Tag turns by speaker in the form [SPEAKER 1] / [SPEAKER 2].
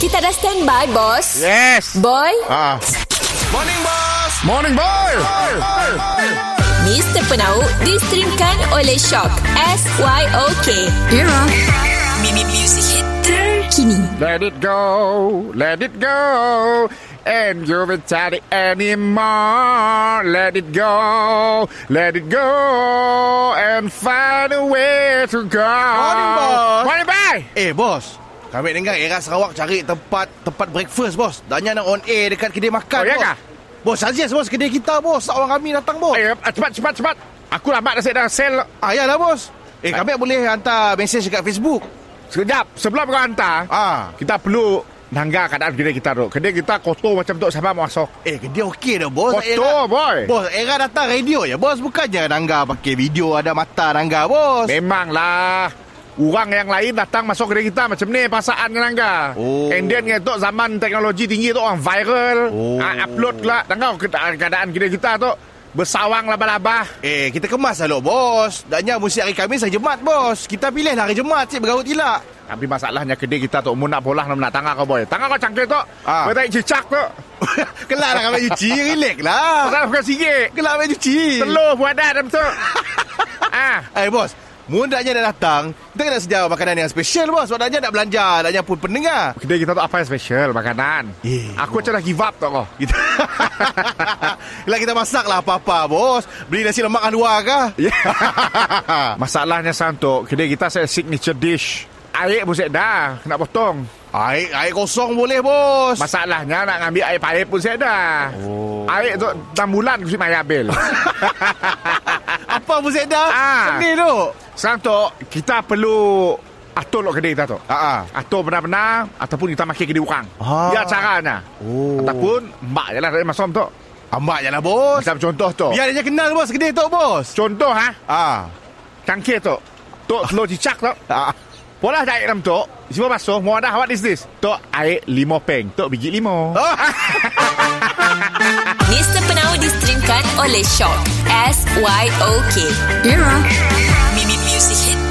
[SPEAKER 1] Kita dah standby, bos.
[SPEAKER 2] Ya. Yes.
[SPEAKER 1] Boy,
[SPEAKER 2] Ah.
[SPEAKER 3] Morning Boss
[SPEAKER 2] Morning boy.
[SPEAKER 1] Mr. Penau distrimkan oleh Shock. S-Y-O-K. Era. Mimi Music Hit terkini.
[SPEAKER 2] Let it go. Let it go. And you're retarded anymore. Let it go. Let it go. And find a way to go.
[SPEAKER 3] Morning, boss.
[SPEAKER 2] Morning, boy.
[SPEAKER 3] Eh Boss kami dengar era Sarawak cari tempat tempat breakfast bos. Danya nak on air dekat kedai makan
[SPEAKER 2] Oh, ya
[SPEAKER 3] bos.
[SPEAKER 2] kah?
[SPEAKER 3] Bos suggest bos kedai kita bos. Awang kami datang bos.
[SPEAKER 2] Eh, cepat, cepat, cepat. Aku lambat dah set dah sel
[SPEAKER 3] Ah ya lah bos. Eh
[SPEAKER 2] Ah.
[SPEAKER 3] kami boleh hantar mesej dekat Facebook.
[SPEAKER 2] Sekejap, sebelum kau hantar,
[SPEAKER 3] Ah.
[SPEAKER 2] kita perlu nangga keadaan kedai kita tu. Kedai kita kotor macam tu sampai masuk.
[SPEAKER 3] Eh kedai okey dah bos.
[SPEAKER 2] Kotor, boy.
[SPEAKER 3] Bos era datang radio ya bos. Bukannya nangga pakai video ada mata nangga bos.
[SPEAKER 2] Memanglah. Orang yang lain datang masuk kedai kita macam ni pasaan dengan nangga.
[SPEAKER 3] Oh.
[SPEAKER 2] And then tu zaman teknologi tinggi tu orang viral.
[SPEAKER 3] Oh.
[SPEAKER 2] Ah, upload lah. Tengok keadaan, keadaan kedai kita tu bersawang laba-laba.
[SPEAKER 3] Eh, kita kemas lah, bos. Danya musim hari Khamis hari Jumaat, bos. Kita pilih lah hari Jumaat, cik bergaut tidak.
[SPEAKER 2] Ah, Tapi masalahnya kedai kita tu mu nak bolah nak tangga kau boy. Tangga kau cangkir tu.
[SPEAKER 3] Ah.
[SPEAKER 2] Betai cicak tu.
[SPEAKER 3] Kelak lah kami cuci, relax lah.
[SPEAKER 2] Pasal bukan sikit.
[SPEAKER 3] Kelak kami cuci.
[SPEAKER 2] Telur buadah dalam tu. ah.
[SPEAKER 3] Eh, bos. Mundaknya dah datang, kita kena sedia makanan yang special, bos. Wadaknya nak belanja, adaknya pun pendengar.
[SPEAKER 2] Kedai kita tu apa yang special makanan.
[SPEAKER 3] Eh,
[SPEAKER 2] aku macam dah give up tu kau.
[SPEAKER 3] Kita... Kelak kita masak lah apa-apa, bos. Beli nasi lemak anwar kah?
[SPEAKER 2] Masalahnya santuk Kedai kita saya signature dish Air pun saya dah Nak potong
[SPEAKER 3] Air, air kosong boleh, bos.
[SPEAKER 2] Masalahnya nak ambil air pahit pun saya dah oh. Air tu Dalam bulan aku mesti ambil
[SPEAKER 3] Apa pun saya dah?
[SPEAKER 2] Ah.
[SPEAKER 3] Sedih tu.
[SPEAKER 2] Santuk Kita perlu Atur lo kedai kita tu
[SPEAKER 3] Ah, ah.
[SPEAKER 2] Atur benar-benar Ataupun kita makan kedai orang
[SPEAKER 3] Ah.
[SPEAKER 2] Ya caranya
[SPEAKER 3] Oh.
[SPEAKER 2] Ataupun Mbak je lah dari masom tu
[SPEAKER 3] Ambak je lah, bos.
[SPEAKER 2] Macam contoh tu
[SPEAKER 3] Biar dia kenal, bos. Kedai tu, bos.
[SPEAKER 2] Contoh ha
[SPEAKER 3] Ah.
[SPEAKER 2] Cangkir tu Tok telur cicak tu
[SPEAKER 3] Ah.
[SPEAKER 2] Pola dah air dalam tu Siapa masuk Mau dah what is this Tok air lima peng Tok biji lima
[SPEAKER 3] Oh.
[SPEAKER 1] Mr. Penau distrimkan oleh Shock. S-Y-O-K. Era. Mimi Music Hit